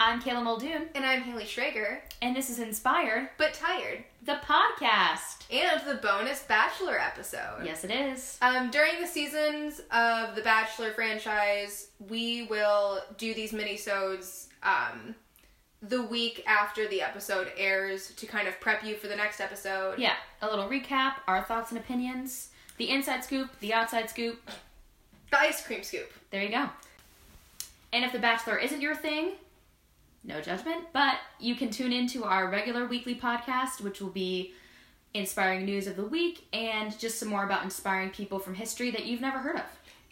Kayla Muldoon, And I'm Haley Schrager, and this is Inspired, but tired. the podcast. And the bonus Bachelor episode. Yes, it is. Um, during the seasons of the Bachelor franchise, we will do these mini-sodes um, the week after the episode airs to kind of prep you for the next episode. Yeah, a little recap, our thoughts and opinions, the inside scoop, the outside scoop. The ice cream scoop. There you go. And if The Bachelor isn't your thing, no judgment, but you can tune into our regular weekly podcast, which will be inspiring news of the week and just some more about inspiring people from history that you've never heard of.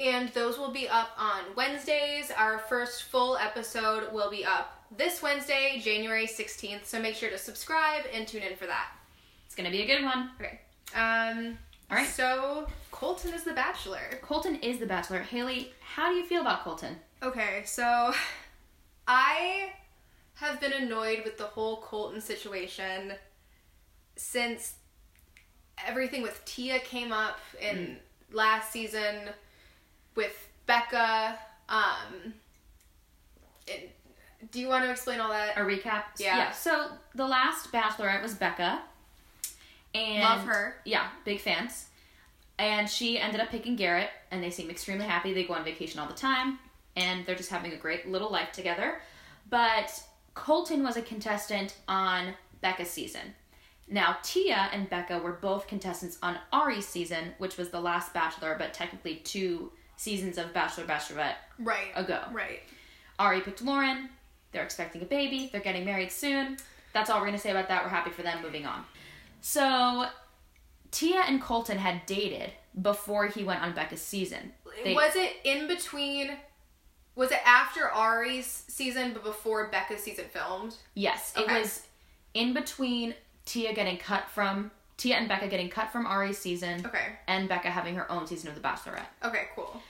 And those will be up on Wednesdays. Our first full episode will be up this Wednesday, January 16th. So make sure to subscribe and tune in for that. It's going to be a good one. Okay. Um, All right. So Colton is the bachelor. Colton is The Bachelor. Haley, how do you feel about Colton? Okay, so I have been annoyed with the whole Colton situation since everything with Tia came up in last season with Becca. Um, it- do you want to explain all that? a recap. Yeah. So the last Bachelorette was Becca, and Love her. Yeah, big fans. And she ended up picking Garrett, and they seem extremely happy. They go on vacation all the time, and they're just having a great little life together. But Colton was a contestant on Becca's season. Now Tia and Becca were both contestants on Ari's season, which was the last Bachelor, but technically two seasons of Bachelor Bachelorette Right. ago. Right. Ari picked Lauren. They're expecting a baby. They're getting married soon. That's all we're going to say about that. We're happy for them. Moving on. So, Tia and Colton had dated before he went on Becca's season. They- was it in between? Was it after Ari's season but before Becca's season filmed? Yes, it Okay. was in between Tia getting cut from Tia and Becca getting cut from Ari's season Okay. and Becca having her own season of The Bachelorette. Okay, cool.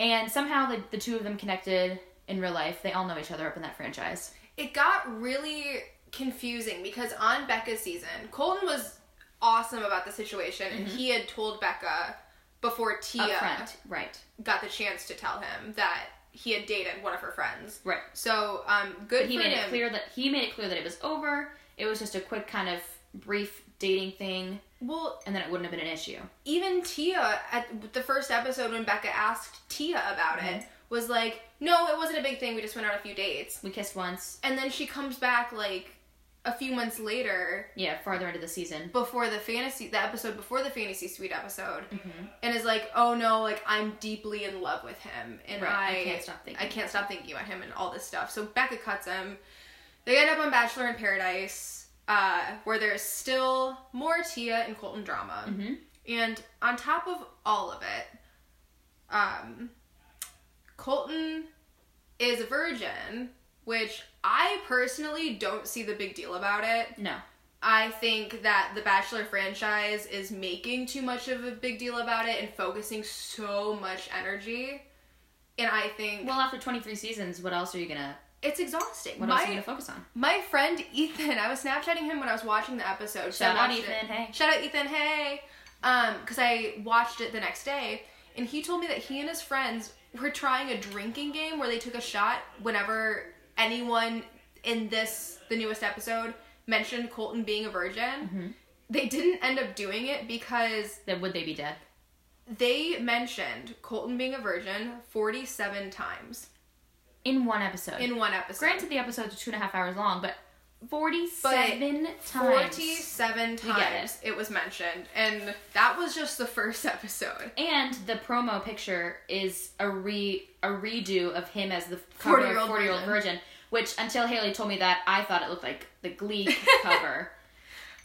And somehow the, the two of them connected in real life. They all know each other up in that franchise. It got really confusing because on Becca's season, Colton was awesome about the situation and he had told Becca before Tia Up front. Right. got the chance to tell him that he had dated one of her friends. Right. So, um good he for made him. it clear that he made it clear that it was over. It was just a quick kind of brief dating thing, Well, and then it wouldn't have been an issue. even Tia at the first episode when Becca asked Tia about it was like, "No, it wasn't a big thing. We just went on a few dates." We kissed once, And then she comes back like a few months later yeah, farther into the season. before the fantasy the episode before the fantasy suite episode Mm-hmm. and is like oh no like i'm deeply in love with him and Right, I, I can't stop thinking i can't stop thinking about him and all this stuff so becca cuts him they end up on bachelor in paradise uh, where there's still more tia and colton drama Mm-hmm. and on top of all of it um, colton is a virgin which i personally don't see the big deal about it No, I think that the Bachelor franchise is making too much of a big deal about it and focusing so much energy. And I think well, after 23 seasons, what else are you gonna? it's exhausting. What else are you My, gonna focus on? my friend Ethan, I was Snapchatting him when I was watching the episode. so I Shout out watched it- Ethan, hey. Shout out Ethan, hey. Um, because I watched it the next day, and he told me that he and his friends were trying a drinking game where they took a shot whenever anyone in this the newest episode mentioned Colton being a virgin. Mm-hmm. They didn't end up doing it because Then would they be dead? they mentioned Colton being a virgin 47 times In one episode. in one episode. Granted, the episodes are two and a half hours long, but 47 times. 47 We get times it. was mentioned, and that was just the first episode. And the promo picture is a re a redo of him as the cover of 40-year-old Forty Year Old Virgin, which until Haley told me that, I thought it looked like the Glee cover.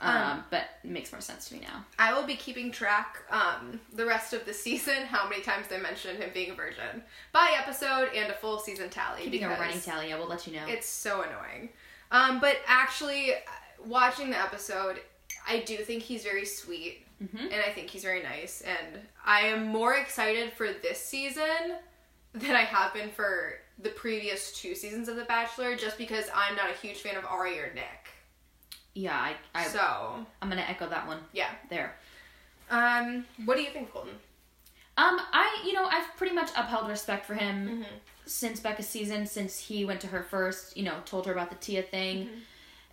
Um, but it makes more sense to me now. I will be keeping track um, the rest of the season how many times they mentioned him being a virgin by episode and a full season tally. Being a running tally, I will let you know. It's so annoying. Um, but actually, uh, watching the episode, I do think he's very sweet, and I think he's very nice. And I am more excited for this season than I have been for the previous two seasons of The Bachelor, just because I'm not a huge fan of Ari or Nick. yeah, I, I so I'm gonna echo that one yeah. there. Um, what do you think, Colton? Mm-hmm. Um, I you know I've pretty much upheld respect for him since Becca's season, since he went to her first, you know, told her about the Tia thing. Mm-hmm.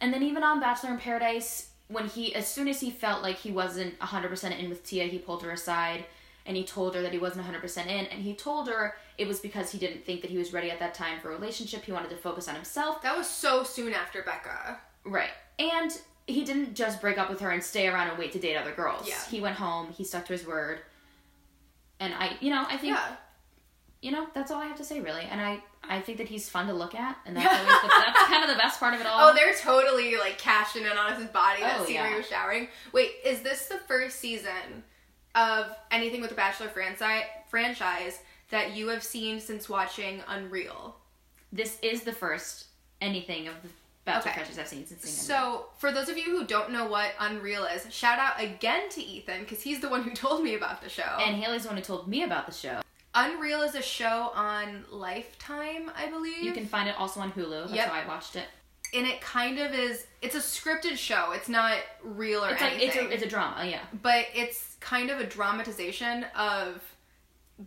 And then even on Bachelor in Paradise, when he, as soon as he felt like he wasn't 100% in with Tia, he pulled her aside and he told her that he wasn't 100% in. And he told her it was because he didn't think that he was ready at that time for a relationship. He wanted to focus on himself. That was so soon after Becca. Right. And he didn't just break up with her and stay around and wait to date other girls. Yeah. He went home, he stuck to his word. And I, you know, I think, Yeah. you know, that's all I have to say really. And I, I think that he's fun to look at, and that's, always the, that's kind of the best part of it all. Oh, they're totally like cashing in on his body. That Oh, scene where yeah. he was showering. Wait, is this the first season of anything with the Bachelor franchise franchise that you have seen since watching Unreal? this is the first anything of the Bachelor Okay. franchise I've seen since seeing it. So, for those of you who don't know what Unreal is, shout out again to Ethan because he's the one who told me about the show. And Haley's the one who told me about the show. Unreal is a show on Lifetime, I believe. You can find it also on Hulu. That's Yep. how I watched it. and it kind of is. It's a scripted show. It's not real or It's like anything. it's a, it's a drama, yeah. but it's kind of a dramatization of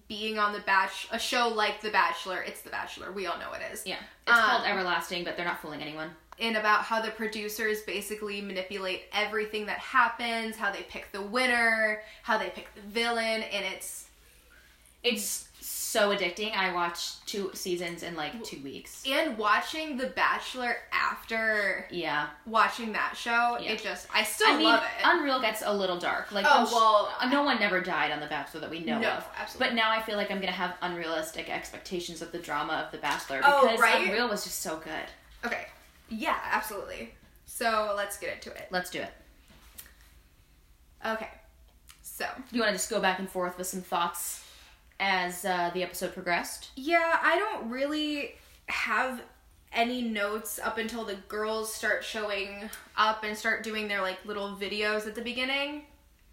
being on the batch a show like the bachelor it's the bachelor we all know it is Yeah. It's Um, called Everlasting, but they're not fooling anyone. and about how the producers basically manipulate everything that happens how they pick the winner how they pick the villain and it's It's so addicting. I watched two seasons in like two weeks. and watching the bachelor after Yeah. watching that show Yeah. it just i still I mean, love it Unreal gets a little dark. Like, Oh, I'm sh- uh, well, no one never died on The Bachelor that we know No, of. absolutely. But now I feel like I'm gonna have unrealistic expectations of the drama of The Bachelor Oh, because right? Unreal was just so good. okay yeah absolutely so let's get into it Let's do it. okay so You want to just go back and forth with some thoughts as uh, the episode progressed? Yeah, I don't really have any notes up until the girls start showing up and start doing their like little videos at the beginning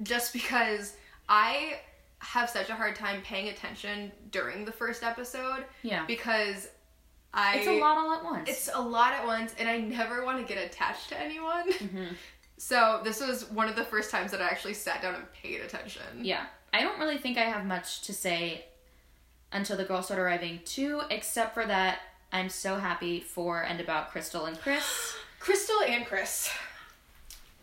just because I have such a hard time paying attention during the first episode Yeah. because I It's a lot all at once. it's a lot at once and I never want to get attached to anyone. Mm-hmm. So this was one of the first times that I actually sat down and paid attention. yeah. I don't really think I have much to say until the girls start arriving too, except for that I'm so happy for and about Crystal and Chris. Crystal and Chris.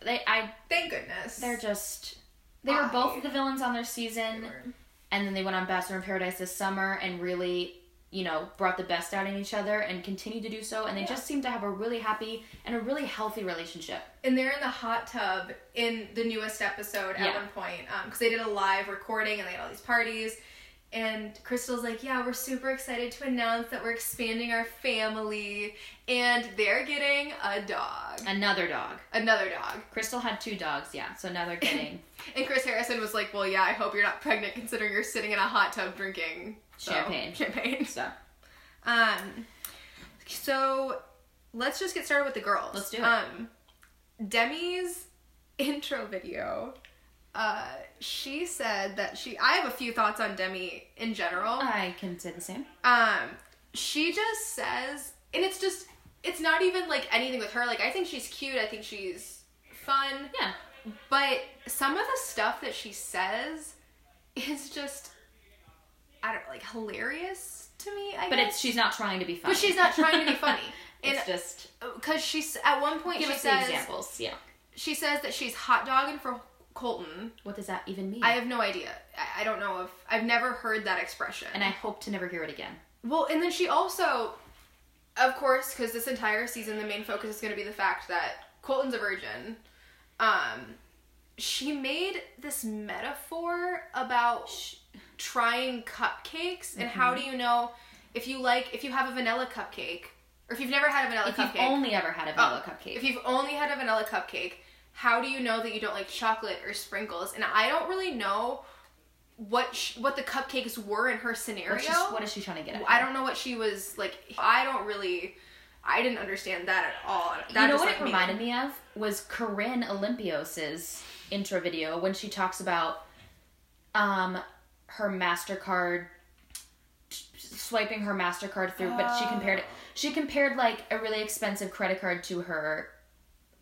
They, I, Thank goodness. they're just. They were I- both the villains on their season, They were- and then they went on Bachelor in Paradise this summer and really, you know, brought the best out in each other and continue to do so. And they just seem to have a really happy and a really healthy relationship. and they're in the hot tub in the newest episode at Yeah. one point because they did a live recording and they had all these parties and crystal's like yeah we're super excited to announce that we're expanding our family and they're getting a dog Another dog. another dog Crystal had two dogs, yeah. So now they're getting and chris harrison was like well yeah i hope you're not pregnant considering you're sitting in a hot tub drinking so- Champagne. champagne so Um, so let's just get started with the girls. Let's do it. Um, Demi's intro video. Uh, she said that she. I have a few thoughts on Demi in general. I can say the same. Um, she just says, and it's just, it's not even like anything with her. Like I think she's cute. I think she's fun. Yeah. But some of the stuff that she says is just, I don't like hilarious to me. I But guess. it's she's not trying to be funny. But she's not trying to be funny. And it's just because she's at one point give she us the says examples. Yeah. she says that she's hot dogging for Colton. What does that even mean? I have no idea. I, I don't know if I've never heard that expression. and I hope to never hear it again. well, and then she also, of course, because this entire season the main focus is going to be the fact that Colton's a virgin. Um, she made this metaphor about trying cupcakes and how Mm-hmm. do you know if you like if you have a vanilla cupcake or if you've never had a vanilla If cupcake. Oh, you've only ever had a vanilla cupcake. Uh, If you've only had a vanilla cupcake, how do you know that you don't like chocolate or sprinkles? And I don't really know what sh- what the cupcakes were in her scenario. What's she- what is she trying to get at? I don't know what she was like. I don't really. I didn't understand that at all. That you know just, what like, it reminded me of was Corinne Olympios's intro video when she talks about um her Mastercard swiping her Mastercard through, but she compared it. She compared like a really expensive credit card to her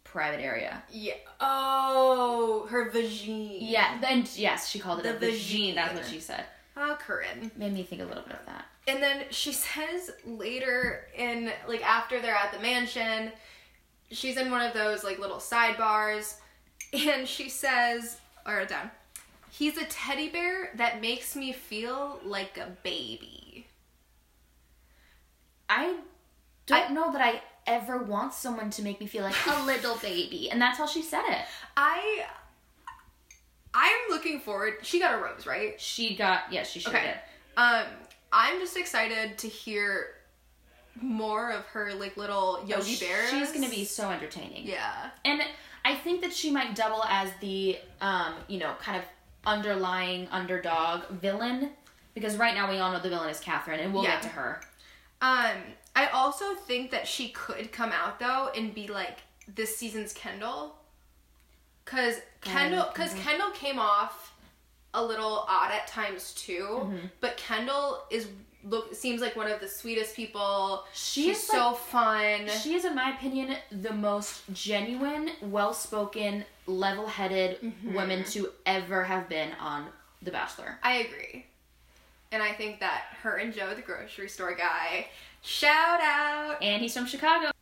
private area. Yeah. Oh, her vagine. Yeah, and yes, she called it The a vagine. That's what vagine. she said. oh, Corinne. Made me think a little bit of that. And then she says later in like after they're at the mansion, she's in one of those like little sidebars, and she says, or down, he's a teddy bear that makes me feel like a baby. I don't know that I ever want someone to make me feel like a little baby, and that's how she said it. I I'm looking forward. She got a rose, right? She got yes, she sure Okay. Um, I'm just excited to hear more of her like little did. Yogi Bear. Oh, She's gonna be so entertaining. Oh, yeah. And I think that she might double as the, um, you know, kind of underlying underdog villain. Because right now we all know the villain is Catherine, and we'll Yeah. get to her. Um, I also think that she could come out though and be like this season's Kendall, because Kendall, because mm-hmm. Kendall came off a little odd at times too, Mm-hmm. but Kendall is look seems like one of the sweetest people. She She's is, so fun. She is, in my opinion, the most genuine, well spoken, level headed Mm-hmm. woman to ever have been on The Bachelor. I agree. And I think that her and Joe, the grocery store guy, shout out. And he's from Chicago.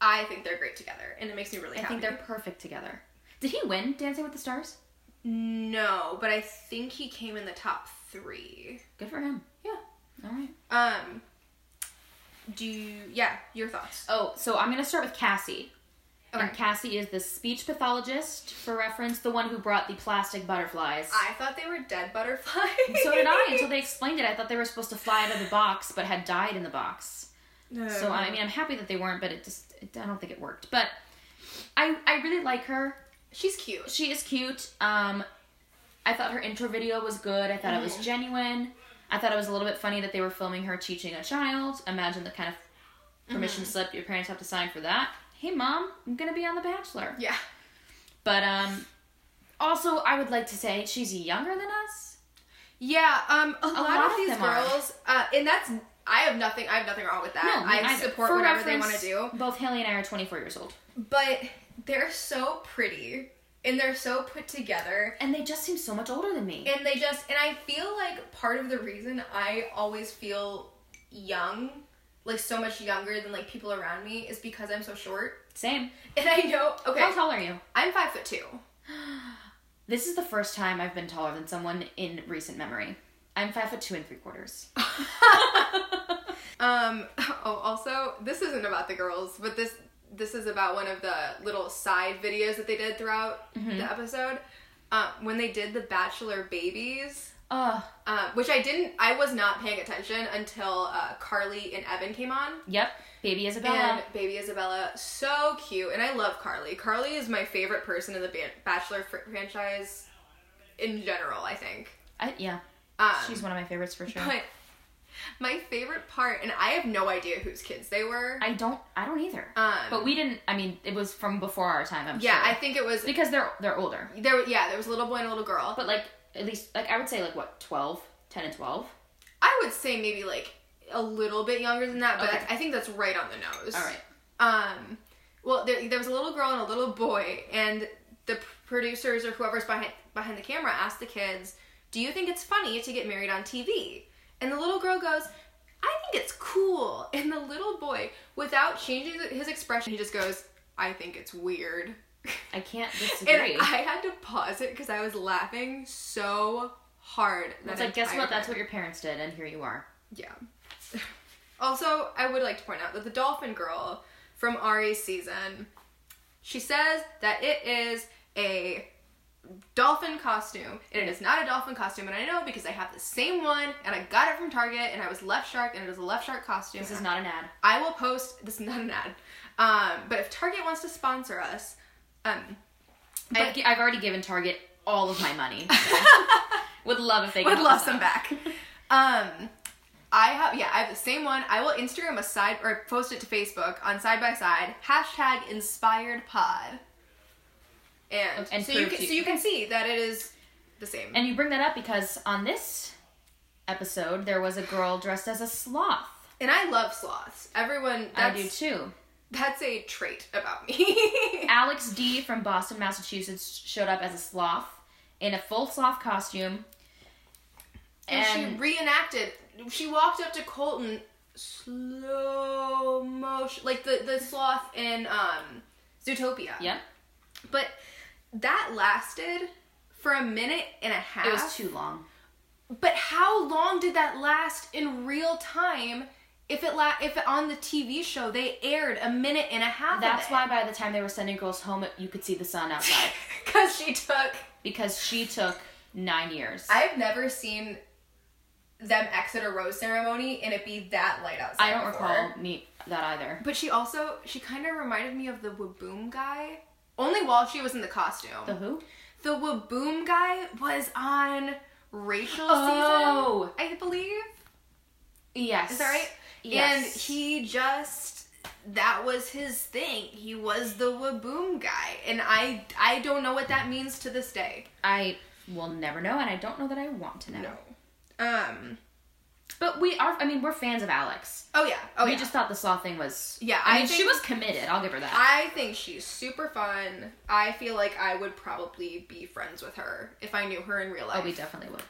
I think they're great together, and it makes me really I happy. think they're perfect together. Did he win Dancing with the Stars? no, but I think he came in the top three. Good for him. Yeah. All right. Um. Do you, yeah your thoughts? Oh, so I'm gonna start with Cassie. And Okay. Cassie is the speech pathologist, for reference, the one who brought the plastic butterflies. I thought they were dead butterflies. so did I until they explained it. I thought they were supposed to fly out of the box, but had died in the box. No. So I mean, I'm happy that they weren't, but it just it, I don't think it worked. But I I really like her. she's cute. She is cute. Um, I thought her intro video was good. I thought it was Mm-hmm. genuine. I thought it was a little bit funny that they were filming her teaching a child. Imagine the kind of permission Mm-hmm. slip your parents have to sign for that. Hey mom, I'm gonna be on The Bachelor. Yeah. But um also I would like to say she's younger than us. Yeah. Um. A, lot, lot of of these them are. girls, uh, and that's I have nothing. I have nothing wrong with that. me I neither. support For whatever they want reference, to do. Both Haley and I are 24 years old. But they're so pretty, and they're so put together. And they just seem so much older than me. and they just and i feel like part of the reason i always feel young like so much younger than like people around me is because i'm so short Same. and i know okay How tall are you? i'm five foot two This is the first time I've been taller than someone in recent memory. I'm five foot two and three quarters. um oh also this isn't about the girls but this this is about one of the little side videos that they did throughout the episode um, when they did the bachelor babies Ugh. um, which i didn't i was not paying attention until uh, carly and evan came on Yep. Baby Isabella. and baby Isabella, so cute. And I love Carly. Carly is my favorite person in the Ban- Bachelor fr- franchise in general, I think. I, yeah. Um, She's one of my favorites for sure. but my favorite part, and I have no idea whose kids they were. I don't. I don't either. Um, but we didn't. I mean, it was from before our time. I'm yeah, I sure. think it was because they're they're older. there. were- Yeah, there was a little boy and a little girl. But like at least like I would say like what 12, 10 and twelve. I would say maybe like a little bit younger than that, but Okay. I think that's right on the nose. All right. Um, well, there, there was a little girl and a little boy, and the p- producers or whoever's behind behind the camera asked the kids, "Do you think it's funny to get married on TV?" And the little girl goes, "I think it's cool." And the little boy, without changing his expression, he just goes, "I think it's weird." I can't disagree. And I had to pause it because I was laughing so hard. that it's like guess entire what? That's time. what your parents did, and here you are. Yeah. also, I would like to point out that the dolphin girl from Ari's season, she says that it is a dolphin costume, and it is not a dolphin costume, and I know because I have the same one, and I got it from Target, and I was left shark, and it was a left shark costume. This is not an ad. I will post. This is not an ad, um, but if Target wants to sponsor us, um, But I, have already given Target all of my money. so. would love if they could would help love us some out. back. Um, I have yeah, I have the same one. I will Instagram a side or post it to Facebook on side by side hashtag inspired pod. And, And so you prove can you- so you can see that it is the same. And you bring that up because on this episode there was a girl dressed as a sloth. And I love sloths. Everyone that's I do too. that's a trait about me. Alex D from Boston, Massachusetts showed up as a sloth in a full sloth costume. And, And- she reenacted. She walked up to Colton slow motion, like the the sloth in um, Zootopia. Yep. But that lasted for a minute and a half. It was too long. But how long did that last in real time? If it la- if on the TV show they aired a minute and a half. That's why by the time they were sending girls home, it- you could see the sun outside Because she took. because she took nine years. I've never seen them exit a rose ceremony and it be that light outside. I don't before. recall me that either. But she also she kind of reminded me of the Waboom guy. Only while she was in the costume. The who? The Waboom guy was on Rachel Oh. season, I believe. Yes. Is that right? Yes. And he just that was his thing. He was the Waboom guy, and I I don't know what that means to this day. I will never know, and I don't know that I want to know. Um. But we are. I mean, we're fans of Alex. Oh yeah. Oh we yeah. just thought the slaw thing was. Yeah, I, I mean, she think- was committed. I'll give her that. I think she's super fun. I feel like I would probably be friends with her if I knew her in real life. oh, we definitely would.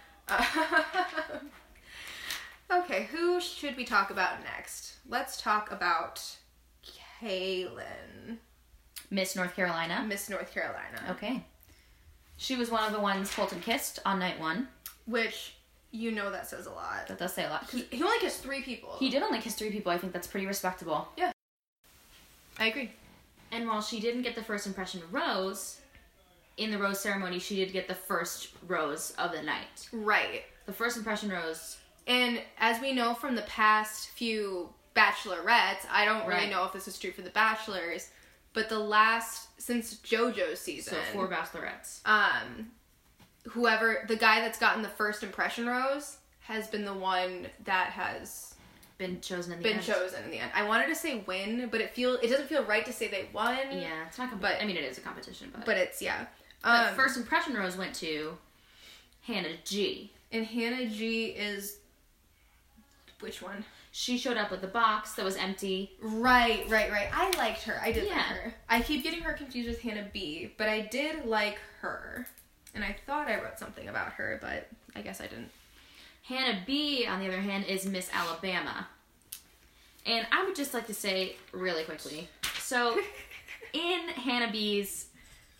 okay, who should we talk about next? Let's talk about Kaylin, Miss North Carolina. Miss North Carolina, Okay. She was one of the ones Colton kissed on night one. which you know that says a lot. That does say a lot. 'cause He, he only kissed three people. he did only kiss three people. I think that's pretty respectable. I agree. And while she didn't get the first impression of Rose, in the Rose ceremony, she did get the first rose of the night. Right. The first impression rose. And as we know from the past few bachelorettes, I don't Right. really know if this is true for the bachelors, but the last since JoJo's season, So four bachelorettes. um whoever the guy that's gotten the first impression rose has been the one that has Been chosen in the been end. chosen in the end. I wanted to say win, but it feel it doesn't feel right to say they won. Yeah, it's not. Comp- But- I mean, it is a competition, but But it's yeah. But Um first impression rose went to Hannah G. and Hannah G is which one? She showed up with a box that was empty. Right, right, right. I liked her. I did like Yeah. her. I keep getting her confused with Hannah B, but I did like her. And I thought I wrote something about her, but I guess I didn't. Hannah B, on the other hand, is Miss Alabama. And I would just like to say really quickly. So, in Hannah B's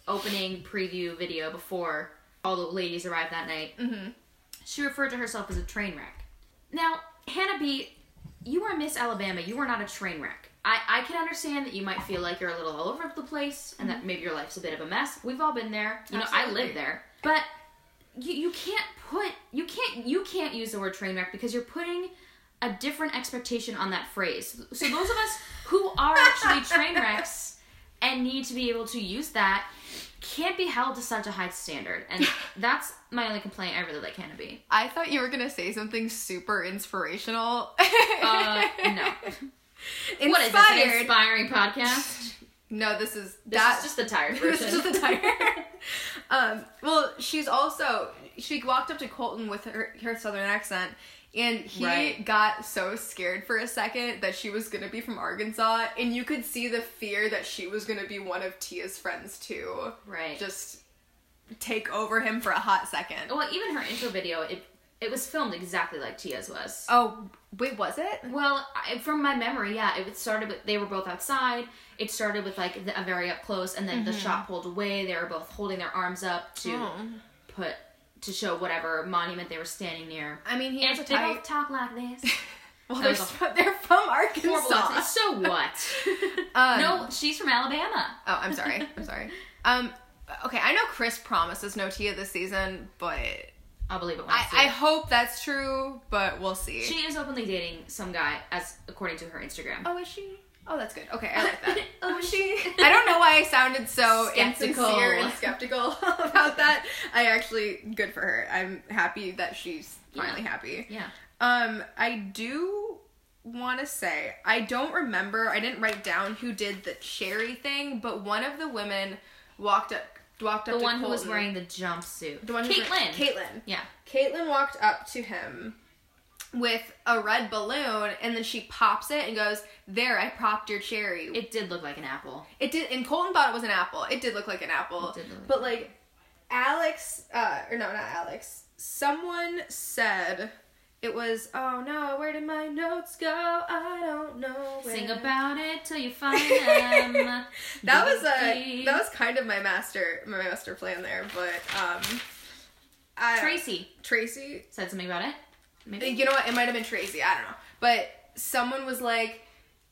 opening preview video before all the ladies arrived that night, Mhm. she referred to herself as a train wreck. Now, Hannah B, you are Miss Alabama. You are not a train wreck. I, I can understand that you might feel like you're a little all over the place and that maybe your life's a bit of a mess. We've all been there. You know, I Absolutely. live there. But you, you can't put you can't you can't use the word train wreck because you're putting a different expectation on that phrase. So those of us who are actually train wrecks and need to be able to use that can't be held to such a high standard. And that's my only complaint. I really like Hannah B. I thought you were gonna say something super inspirational. Uh, no. Inspired. What is this? An inspiring podcast? no, this is This that. is just the tired this version. is just the tire. um, well, she's also she walked up to Colton with her her southern accent, and he Right. got so scared for a second that she was gonna be from Arkansas, and you could see the fear that she was gonna be one of Tia's friends too. right. Just take over him for a hot second. Oh, well, even her intro video, it it was filmed exactly like Tia's was. Oh. wait, was it? Well, I, from my memory, yeah, it started with they were both outside. It started with like the, a very up close, and then the Mm-hmm. shot pulled away. They were both holding their arms up to Oh. put to show whatever monument they were standing near. I mean, he And has a they type. both talk like this. Well, That they're, was s- they're from Horrible. Arkansas. accent. So what? Um, no, she's from Alabama. Oh, I'm sorry. I'm sorry. Um, okay, I know Chris promises no Tia this season, but I, I'll believe it when I, see I it. hope that's true, but we'll see. She is openly dating some guy, as according to her Instagram. oh, is she? Oh, that's good. Okay, I like that. Oh, Oh, is she? she? I don't know why I sounded so Skeptical. insincere and skeptical about that. I actually, good for her. I'm happy that she's finally Yeah. happy. Yeah. Um, I do want to say I don't remember. I didn't write down who did the cherry thing, but one of the women walked up, walked up. The to one who was Colton. wearing the jumpsuit. the one who was wearing- Caitlin. Caitlin. Yeah. Caitlin walked up to him with a red balloon, and then she pops it and goes, "There, I propped your cherry." It, It did look like an apple. did, and Colton thought it was an apple. It did look like an apple, It did look like but like Alex, uh, or no, not Alex. someone said it was oh no where did my notes go i don't know where. Sing about it till you find them. that was a that was kind of my master my master plan there but um I, Tracy tracy said something about it. Maybe you know what it might have been tracy i don't know but someone was like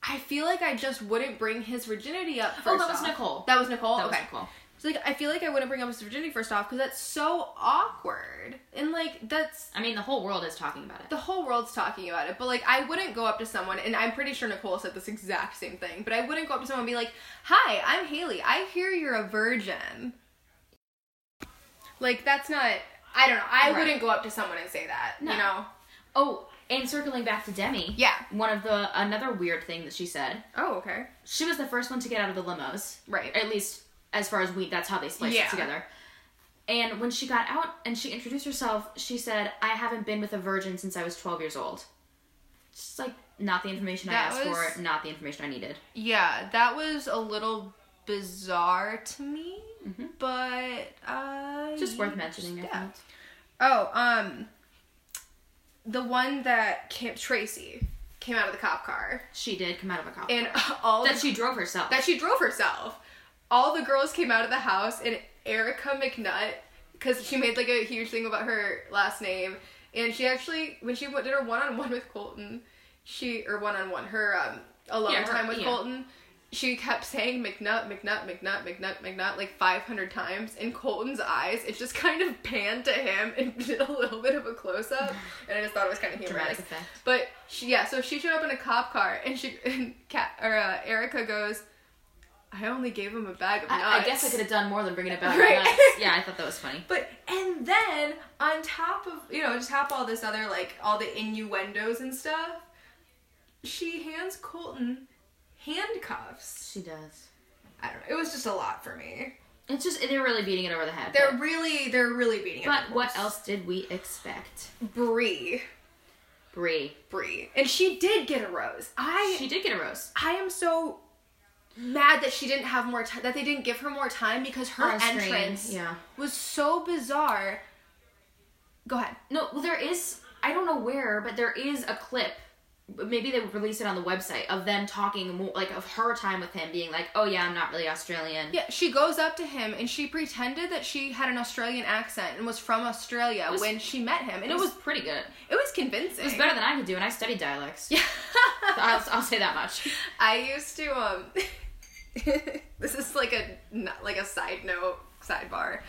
i feel like i just wouldn't bring his virginity up first Oh, that was off." Nicole. that was nicole that was okay cool. so like i feel like i wouldn't bring up his virginity first off because that's so awkward and like that's I mean, the whole world is talking about it. the whole world's talking about it, but like I wouldn't go up to someone, and I'm pretty sure Nicole said this exact same thing, but I wouldn't go up to someone and be like, Hi, I'm Haley. I hear you're a virgin. Like, that's not, I don't know. I Right. wouldn't go up to someone and say that, No. you know? Oh, and circling back to Demi. Yeah. One of the another weird thing that she said. Oh, okay. She was the first one to get out of the limos. Right. At least as far as we that's how they spliced Yeah. it together. And when she got out and she introduced herself, she said, "I haven't been with a virgin since I was 12 years old." Just like not the information I That asked was- for, not the information I needed. Yeah, that was a little bizarre to me, but. Uh, Mm-hmm. Just worth mentioning. I yeah. felt. Oh, um. The one that came, Tracy came out of the cop car. She did come out of a cop. and car. all that the, she drove herself. that she drove herself. All the girls came out of the house, and Erica McNutt, because she made like a huge thing about her last name, and she actually when she did her one on one with Colton, she or one on one her um alone Yeah, her- time with yeah. Colton. She kept saying McNutt, McNutt, McNutt, McNutt, McNutt like 500 times, and Colton's eyes, it just kind of panned to him and did a little bit of a close up, and I just thought it was kind of humorous. Dramatic effect. But she, yeah, so she showed up in a cop car, and she and Kat, or uh, Erica goes, "I only gave him a bag of nuts." I, I guess I could have done more than bringing it back. Right. Nuts. Yeah, I thought that was funny. But and then on top of you know just top all this other like all the innuendos and stuff, she hands Colton handcuffs. She does. I don't know. It was just a lot for me. It's just they're really beating it over the head. They're but- really they're really beating it. But what else did we expect? Bree, Brie. Bree, and she did get a rose. I She did get a rose. I am so mad that she didn't have more time that they didn't give her more time because her On screen, entrance yeah. was so bizarre. Go ahead. No, well, there is. I don't know where, but there is a clip. Maybe they would release it on the website of them talking more, like of her time with him, being like, "Oh yeah, I'm not really Australian." Yeah, she goes up to him and she pretended that she had an Australian accent and was from Australia was- when she met him, and It it was was pretty good. it was convincing. It's better than I could do, and I studied dialects. I'll, I'll say that much. I used to um this is like a not- like a side note sidebar.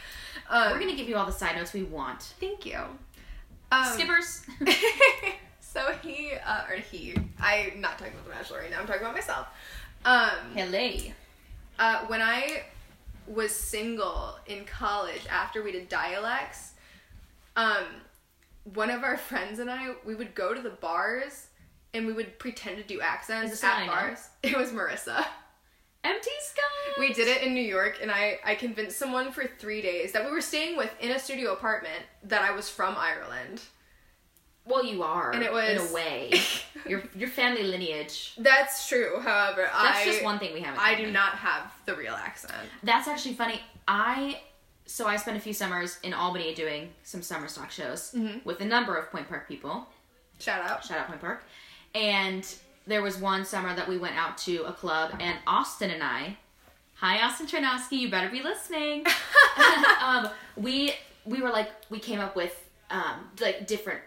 Um We're gonna give you all the side notes we want. thank you. Um, Skippers. so he uh, or he i'm not talking about the bachelor right now i'm talking about myself um Hello. uh, when i was single in college after we did dialects um one of our friends and i we would go to the bars and we would pretend to do accents Is this at the one I know? bars it was marissa Empty sky. we did it in New York, and I, I convinced someone for three days that we were staying with in a studio apartment that I was from Ireland. Well, you are. And it was- in a way your your family lineage. That's true. However, That's I just one thing we have. in I common. do not have the real accent. That's actually funny. I so I spent a few summers in Albany doing some summer stock shows with a number of Point Park people. Shout out. Shout out Point Park. And there was one summer that we went out to a club, and Austin and I, hi Austin Trinowski, you better be listening. um, we we were like we came up with um, like different,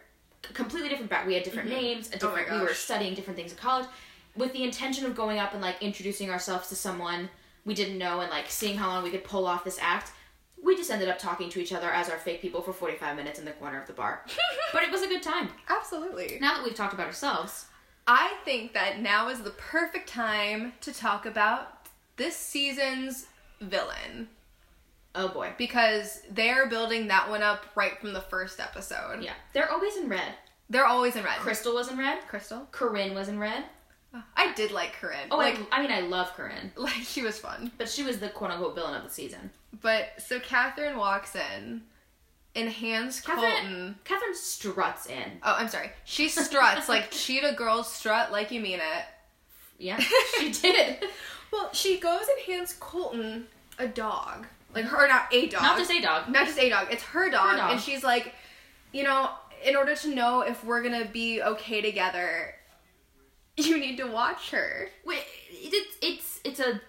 completely different. Back we had different names. A Oh my different. we were gosh. studying different things in college, with the intention of going up and like introducing ourselves to someone we didn't know and like seeing how long we could pull off this act. We just ended up talking to each other as our fake people for 45 minutes in the corner of the bar. but it was a good time. Absolutely. Now that we've talked about ourselves, I think that now is the perfect time to talk about this season's villain oh boy. because they're building that one up right from the first episode. Yeah. They're always in red. They're always in red. Crystal was in red. Crystal. Corinne was in red. I did like Corinne. Oh, like like, I, mean, I love Corinne, like she was fun. but she was the quote unquote villain of the season. But so Catherine walks in and hands Colton. Catherine, Catherine struts in. Oh, I'm sorry. She struts like cheetah girls strut like you mean it. Yeah, she did. Well, she goes and hands Colton a dog. Like her, not a dog. Not just a dog. Not just a dog. It's her dog, dog. and she's like, you know, in order to know if we're gonna be okay together, you need to watch her. Wait, it's it's it's a.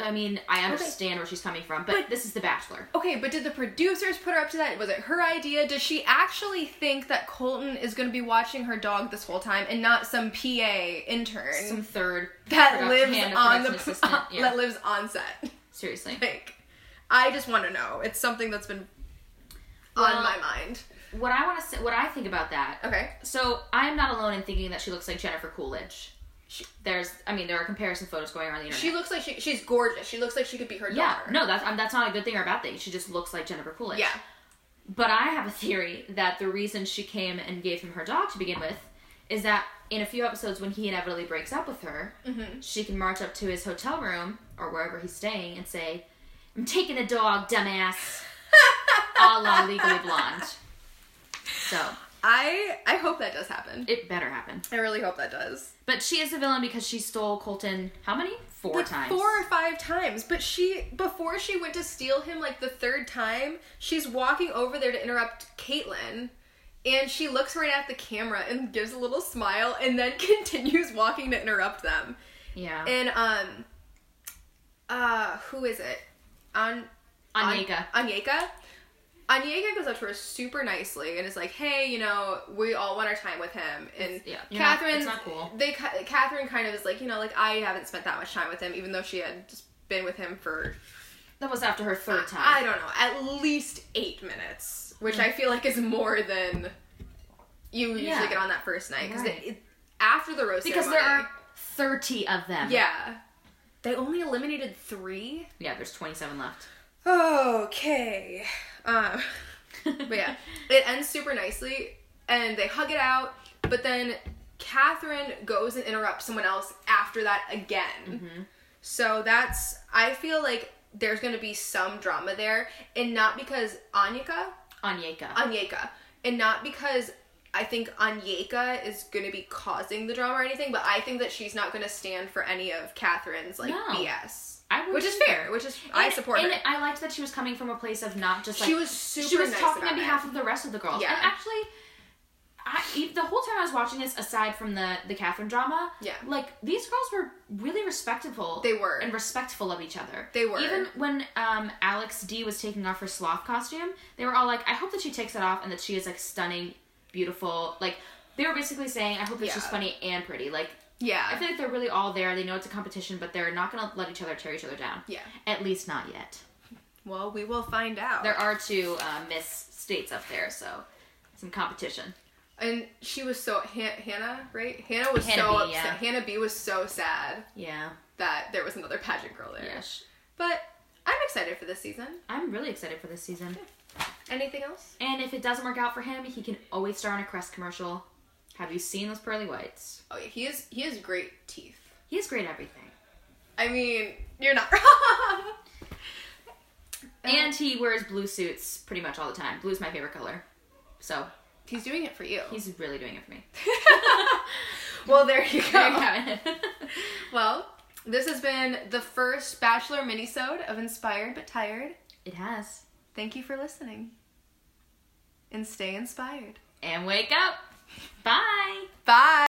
I mean, I understand where she's coming from, but, But- this is The Bachelor. Okay, but did the producers put her up to that? Was it her idea? Does she actually think that Colton is gonna be watching her dog this whole time and not some PA intern Some third that production lives hand, a on the production assistant. Yeah, that lives on set? seriously. Like, I just want to know. It's something that's been Well- on my mind. What I want to say, what I think about that. Okay. So I am not alone in thinking that she looks like Jennifer Coolidge. She, there's, I mean, there are comparison photos going around the internet. She looks like she, she's gorgeous. She looks like she could be her yeah, daughter. no, that's um, that's not a good thing or a bad thing. She just looks like Jennifer Coolidge. Yeah. But I have a theory that the reason she came and gave him her dog to begin with is that in a few episodes, when he inevitably breaks up with her, Mm-hmm. she can march up to his hotel room or wherever he's staying and say, I'm taking the dog, dumbass, a la legally blonde. So I I hope that does happen. it better happen. I really hope that does. But she is a villain because she stole Colton how many? Four Like, times. Four or five times. But she before she went to steal him like the third time, she's walking over there to interrupt Caitlyn. And she looks right at the camera and gives a little smile and then continues walking to interrupt them. Yeah. And um uh who is it? On Anyeka. Anyeka. Anyeka goes up to her super nicely and is like, "Hey, you know, we all want our time with him." And yeah, you're not- Catherine, it's not cool. They ca- Catherine kind of is like, you know, like I haven't spent that much time with him, even though she had just been with him for That was after her third time. I don't know, at least eight minutes, which I feel like is more than you usually Yeah. get on that first night because Right. after the roast because there ceremony- are 30 of them. yeah, they only eliminated three. Yeah, there's 27 left. Okay. Um, but yeah, it ends super nicely, and they hug it out. But then Catherine goes and interrupts someone else after that again. Mm-hmm. So that's I feel like there's gonna be some drama there, and not because Anyeka, Anyeka. Anyeka, and not because I think Anyeka is gonna be causing the drama or anything. But I think that she's not gonna stand for any of Catherine's like No. BS, I wouldn't which is either. fair. Which is I And- support and her. I liked that she was coming from a place of not just like She was super She was nice talking about on behalf of the rest of the girls. Yeah. And actually, I e- the whole time I was watching this, aside from the the Catherine drama, Yeah. like these girls were really respectful. They were. and respectful of each other. They were. Even when um Alex D was taking off her sloth costume, they were all like, "I hope that she takes it off and that she is like stunning, beautiful." Like they were basically saying, "I hope that she's Yeah. funny and pretty." Like Yeah. I feel like they're really all there. They know it's a competition, but they're not going to let each other tear each other down. Yeah. At least not yet. well, we will find out. There are two uh, Miss States up there, so some competition. and she was so Han- Hannah, right? Hannah was Hannah so B, upset. yeah. Hannah B was so sad Yeah. that there was another pageant girl there. Yes. But I'm excited for this season. I'm really excited for this season. Anything else? And if it doesn't work out for him, he can always star in a Crest commercial. Have you seen those pearly whites? Oh, yeah, he is. He has great teeth. He is great at everything. I mean, you're not wrong. And he wears blue suits pretty much all the time. Blue's my favorite color. So he's doing it for you. he's really doing it for me. well, there you go. There you have it. Well, this has been the first Bachelor minisode of Inspired but Tired. it has. Thank you for listening, and stay inspired. And wake up. Bye. Bye.